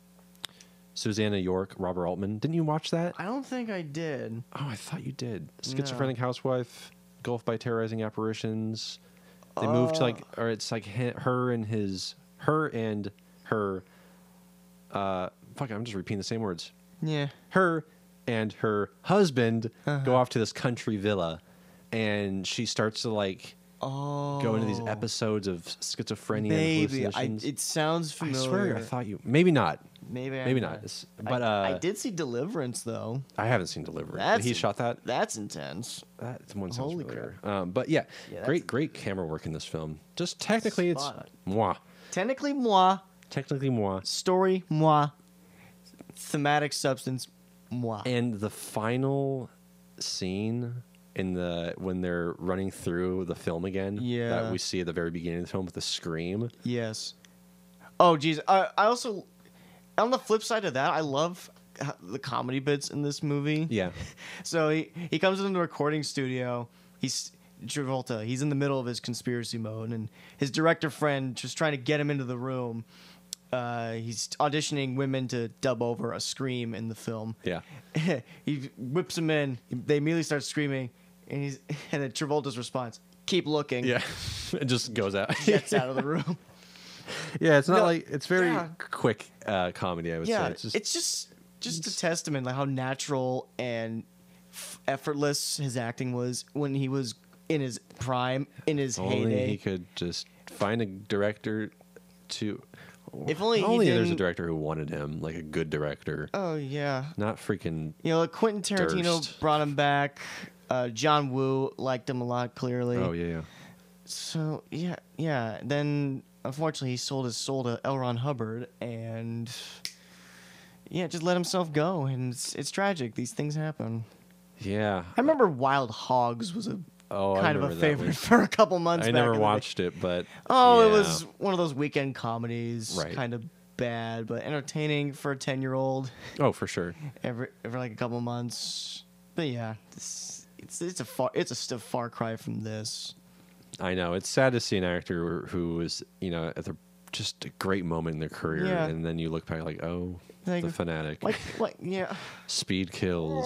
Speaker 1: Susanna York, Robert Altman. Didn't you watch that?
Speaker 2: I don't think I did.
Speaker 1: Oh, I thought you did. Schizophrenic housewife, engulfed by terrorizing apparitions. They move to
Speaker 2: Uh.
Speaker 1: like, or it's like he- her and his, her and her. Uh, fuck, I'm just repeating the same words.
Speaker 2: Yeah.
Speaker 1: Her and her husband
Speaker 2: Uh-huh.
Speaker 1: go off to this country villa, and she starts to like
Speaker 2: Oh.
Speaker 1: go into these episodes of schizophrenia
Speaker 2: Maybe
Speaker 1: and
Speaker 2: I,
Speaker 1: hallucinations.
Speaker 2: it sounds
Speaker 1: I
Speaker 2: familiar.
Speaker 1: swear, I thought you. Maybe not.
Speaker 2: maybe I
Speaker 1: maybe
Speaker 2: had.
Speaker 1: not. It's-
Speaker 2: I-
Speaker 1: but,
Speaker 2: I,
Speaker 1: uh,
Speaker 2: did see Deliverance though.
Speaker 1: I haven't seen Deliverance.
Speaker 2: That's
Speaker 1: he shot that.
Speaker 2: That's intense.
Speaker 1: That one sounds
Speaker 2: Holy
Speaker 1: familiar. Um, but yeah,
Speaker 2: Yeah, that's-
Speaker 1: great, great camera work in this film. Just technically,
Speaker 2: Spot
Speaker 1: it's moi.
Speaker 2: Technically, moi.
Speaker 1: Technically, moi.
Speaker 2: Story, moi. Thematic substance, moi.
Speaker 1: And the final scene in the when they're running through the film again,
Speaker 2: Yeah.
Speaker 1: that we see at the very beginning of the film with the scream.
Speaker 2: Yes. Oh, geez. I, I also, on the flip side of that, I love h- the comedy bits in this movie.
Speaker 1: Yeah,
Speaker 2: So he, he comes into the recording studio. He's Travolta. He's in the middle of his conspiracy mode, and his director friend just trying to get him into the room. Uh, he's auditioning women to dub over a scream in the film.
Speaker 1: yeah.
Speaker 2: he whips them in. They immediately start screaming, and he's and then Travolta's response: "Keep looking."
Speaker 1: Yeah, it just goes out.
Speaker 2: Gets out of the room.
Speaker 1: yeah, it's not
Speaker 2: No,
Speaker 1: like it's very
Speaker 2: yeah.
Speaker 1: quick uh, comedy. I would
Speaker 2: yeah,
Speaker 1: say it's just
Speaker 2: just just a testament like how natural and f- effortless his acting was when he was in his prime, in his
Speaker 1: only
Speaker 2: heyday.
Speaker 1: he could just find a director to.
Speaker 2: If only he
Speaker 1: there's a
Speaker 2: didn't-
Speaker 1: director who wanted him, like a good director,
Speaker 2: oh yeah,
Speaker 1: not freaking
Speaker 2: you know Quentin Tarantino
Speaker 1: Durst.
Speaker 2: brought him back. Uh, John Woo liked him a lot, clearly.
Speaker 1: Oh yeah, yeah.
Speaker 2: So yeah, yeah. Then unfortunately, he sold his soul to L. Ron Hubbard, and yeah, just let himself go, and it's it's tragic. These things happen.
Speaker 1: Yeah.
Speaker 2: I remember Wild Hogs was a
Speaker 1: Oh, I
Speaker 2: kind of a
Speaker 1: remember that one.
Speaker 2: favorite for a couple months.
Speaker 1: I
Speaker 2: back in
Speaker 1: never
Speaker 2: the day.
Speaker 1: watched it, but
Speaker 2: Oh, it
Speaker 1: yeah.
Speaker 2: was one of those weekend comedies,
Speaker 1: Right.
Speaker 2: kind of bad but entertaining for a ten-year-old.
Speaker 1: Oh, for sure.
Speaker 2: Every every like a couple months, but yeah, it's it's, it's a far it's a stiff far cry from this.
Speaker 1: I know. It's sad to see an actor who was, you know, at the just a great moment in their career,
Speaker 2: Yeah.
Speaker 1: and then you look back like, oh,
Speaker 2: Like-
Speaker 1: the fanatic,
Speaker 2: Like like yeah,
Speaker 1: Speed Kills,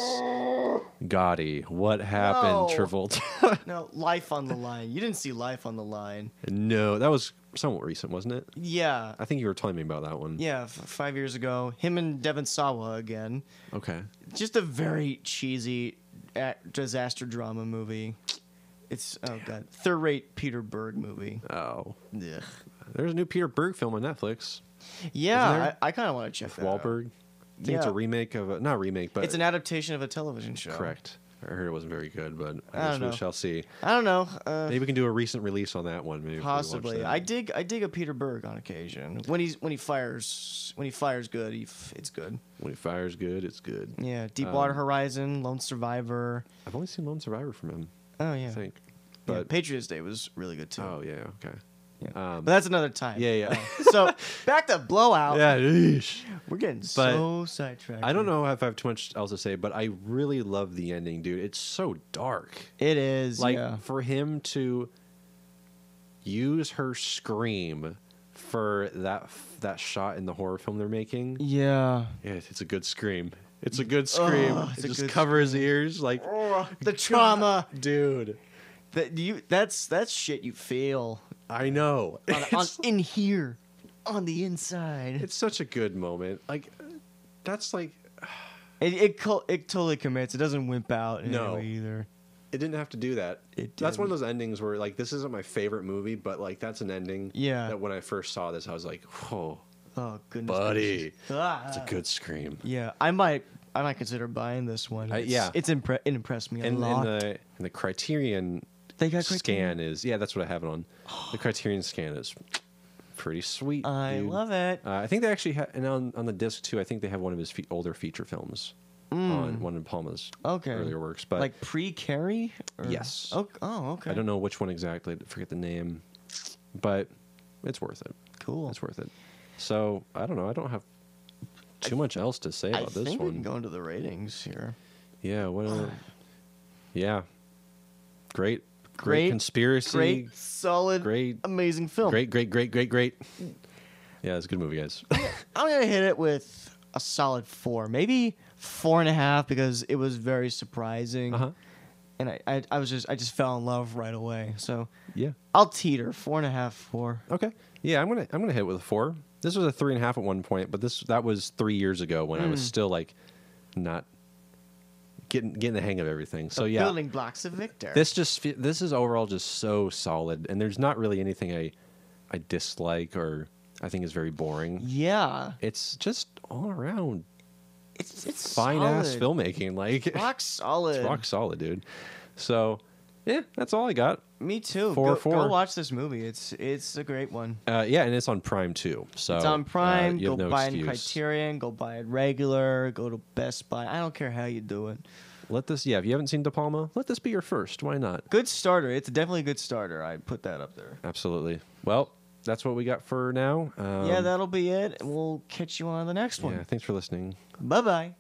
Speaker 1: Gotti, what happened,
Speaker 2: No.
Speaker 1: Travolta?
Speaker 2: no life on the line. You didn't see life on the line.
Speaker 1: no, that was somewhat recent, wasn't it?
Speaker 2: Yeah,
Speaker 1: I think you were telling me about that one.
Speaker 2: yeah, f- five years ago, him and Devin Sawa again.
Speaker 1: Okay.
Speaker 2: Just a very cheesy a- disaster drama movie. It's oh god, third-rate Peter Berg movie.
Speaker 1: Oh,
Speaker 2: Ugh.
Speaker 1: there's a new Peter Berg film on Netflix. Isn't
Speaker 2: Yeah,
Speaker 1: there?
Speaker 2: I, I kind of want to check
Speaker 1: With
Speaker 2: that out.
Speaker 1: Wahlberg. I think it's a
Speaker 2: Yeah.
Speaker 1: remake of a, not a remake, but
Speaker 2: It's an adaptation of a television show.
Speaker 1: correct. I heard it wasn't very good, but
Speaker 2: I
Speaker 1: I guess
Speaker 2: don't
Speaker 1: we
Speaker 2: know.
Speaker 1: shall see.
Speaker 2: I don't know. Uh,
Speaker 1: Maybe we can do a recent release on that one. Maybe if we watch
Speaker 2: possibly.
Speaker 1: that.
Speaker 2: I dig. I dig a Peter Berg on occasion. When he's when he fires when he fires good, he f- it's good.
Speaker 1: When it fires good, it's good.
Speaker 2: Yeah. Deepwater
Speaker 1: Um,
Speaker 2: Horizon, Lone Survivor.
Speaker 1: I've only seen Lone Survivor from him,
Speaker 2: Oh yeah.
Speaker 1: I think.
Speaker 2: Yeah,
Speaker 1: But
Speaker 2: Patriots Day was really good too.
Speaker 1: oh yeah, okay.
Speaker 2: Yeah.
Speaker 1: Um,
Speaker 2: but that's another time.
Speaker 1: yeah, yeah.
Speaker 2: Uh, so back to blowout.
Speaker 1: yeah. eesh.
Speaker 2: We're getting so sidetracked.
Speaker 1: I don't
Speaker 2: here.
Speaker 1: know if I have too much else to say, but I really love the ending, dude. It's so dark.
Speaker 2: It is
Speaker 1: Like
Speaker 2: yeah.
Speaker 1: for him to use her scream for that that shot in the horror film they're making.
Speaker 2: Yeah.
Speaker 1: Yeah, it's a good scream. It's a good scream.
Speaker 2: Ugh,
Speaker 1: it
Speaker 2: it's a
Speaker 1: just
Speaker 2: good
Speaker 1: cover his ears like
Speaker 2: Oh, the trauma
Speaker 1: dude.
Speaker 2: that you that's that's shit you feel
Speaker 1: I know.
Speaker 2: on, on, in here on the inside.
Speaker 1: It's such a good moment. Like that's like
Speaker 2: It it, co- it totally commits. It doesn't wimp out in
Speaker 1: No.
Speaker 2: any way either.
Speaker 1: it didn't have to do that.
Speaker 2: It
Speaker 1: that's one of those endings where like this isn't my favorite movie, but like that's an ending.
Speaker 2: Yeah.
Speaker 1: That when I first saw this, I was like, oh,
Speaker 2: Oh goodness,
Speaker 1: buddy,
Speaker 2: gracious. Ah.
Speaker 1: it's a good scream.
Speaker 2: Yeah, I might I might consider buying this one.
Speaker 1: I-
Speaker 2: It's-
Speaker 1: yeah.
Speaker 2: it's impre- it impressed me a
Speaker 1: And,
Speaker 2: lot.
Speaker 1: and the and the Criterion
Speaker 2: they got great-
Speaker 1: scan is yeah, that's what I have it on. The Criterion scan is pretty sweet.
Speaker 2: I
Speaker 1: dude.
Speaker 2: love it.
Speaker 1: Uh, I think they actually ha- and on on the disc too. I think they have one of his fe- older feature films on one of Palma's
Speaker 2: Mm. Okay.
Speaker 1: earlier works, but
Speaker 2: like pre carry.
Speaker 1: Yes.
Speaker 2: Oh, oh, okay.
Speaker 1: I don't know which one exactly. I forget the name, but it's worth it.
Speaker 2: Cool.
Speaker 1: It's worth it. So I don't know. I don't have too much else to say
Speaker 2: I
Speaker 1: about this
Speaker 2: think we
Speaker 1: one.
Speaker 2: can go into the ratings here.
Speaker 1: Yeah. What? uh, yeah. Great. Great,
Speaker 2: Great,
Speaker 1: conspiracy.
Speaker 2: Great, solid,
Speaker 1: great-
Speaker 2: amazing film.
Speaker 1: Great. Great. Great. Great. Great. Yeah, it's a good movie, guys.
Speaker 2: I'm gonna hit it with a solid four, maybe four and a half, because it was very surprising,
Speaker 1: Uh-huh.
Speaker 2: and I, I I was just I just fell in love right away. So
Speaker 1: yeah.
Speaker 2: I'll teeter four and a half, four.
Speaker 1: Okay. Yeah, I'm gonna I'm gonna hit it with a four. This was a three and a half at one point, but this that was three years ago when I
Speaker 2: Hmm.
Speaker 1: was still like not getting getting the hang of everything. So yeah,
Speaker 2: Building blocks of Victor.
Speaker 1: this just fe- this is overall just so solid, and there's not really anything I I dislike or I think is very boring.
Speaker 2: yeah,
Speaker 1: It's just all around
Speaker 2: it's it's
Speaker 1: fine ass
Speaker 2: solid.
Speaker 1: filmmaking, like
Speaker 2: Rock solid.
Speaker 1: it's rock solid, dude. So yeah, that's all I got.
Speaker 2: Me too.
Speaker 1: Four,
Speaker 2: go,
Speaker 1: four.
Speaker 2: go watch this movie. It's it's a great one.
Speaker 1: Uh, yeah, and it's on Prime too. So
Speaker 2: It's on
Speaker 1: uh,
Speaker 2: Prime.
Speaker 1: you
Speaker 2: go
Speaker 1: have no
Speaker 2: buy it in
Speaker 1: excuse.
Speaker 2: Criterion. Go buy it regular. Go to Best Buy. I don't care how you do it.
Speaker 1: Let this, yeah. If you haven't seen De Palma, let this be your first. Why not?
Speaker 2: Good starter. It's definitely a good starter. I put that up there.
Speaker 1: Absolutely. Well, that's what we got for now. Um,
Speaker 2: yeah, that'll be it. We'll catch you on the next one.
Speaker 1: yeah. Thanks for listening.
Speaker 2: Bye bye.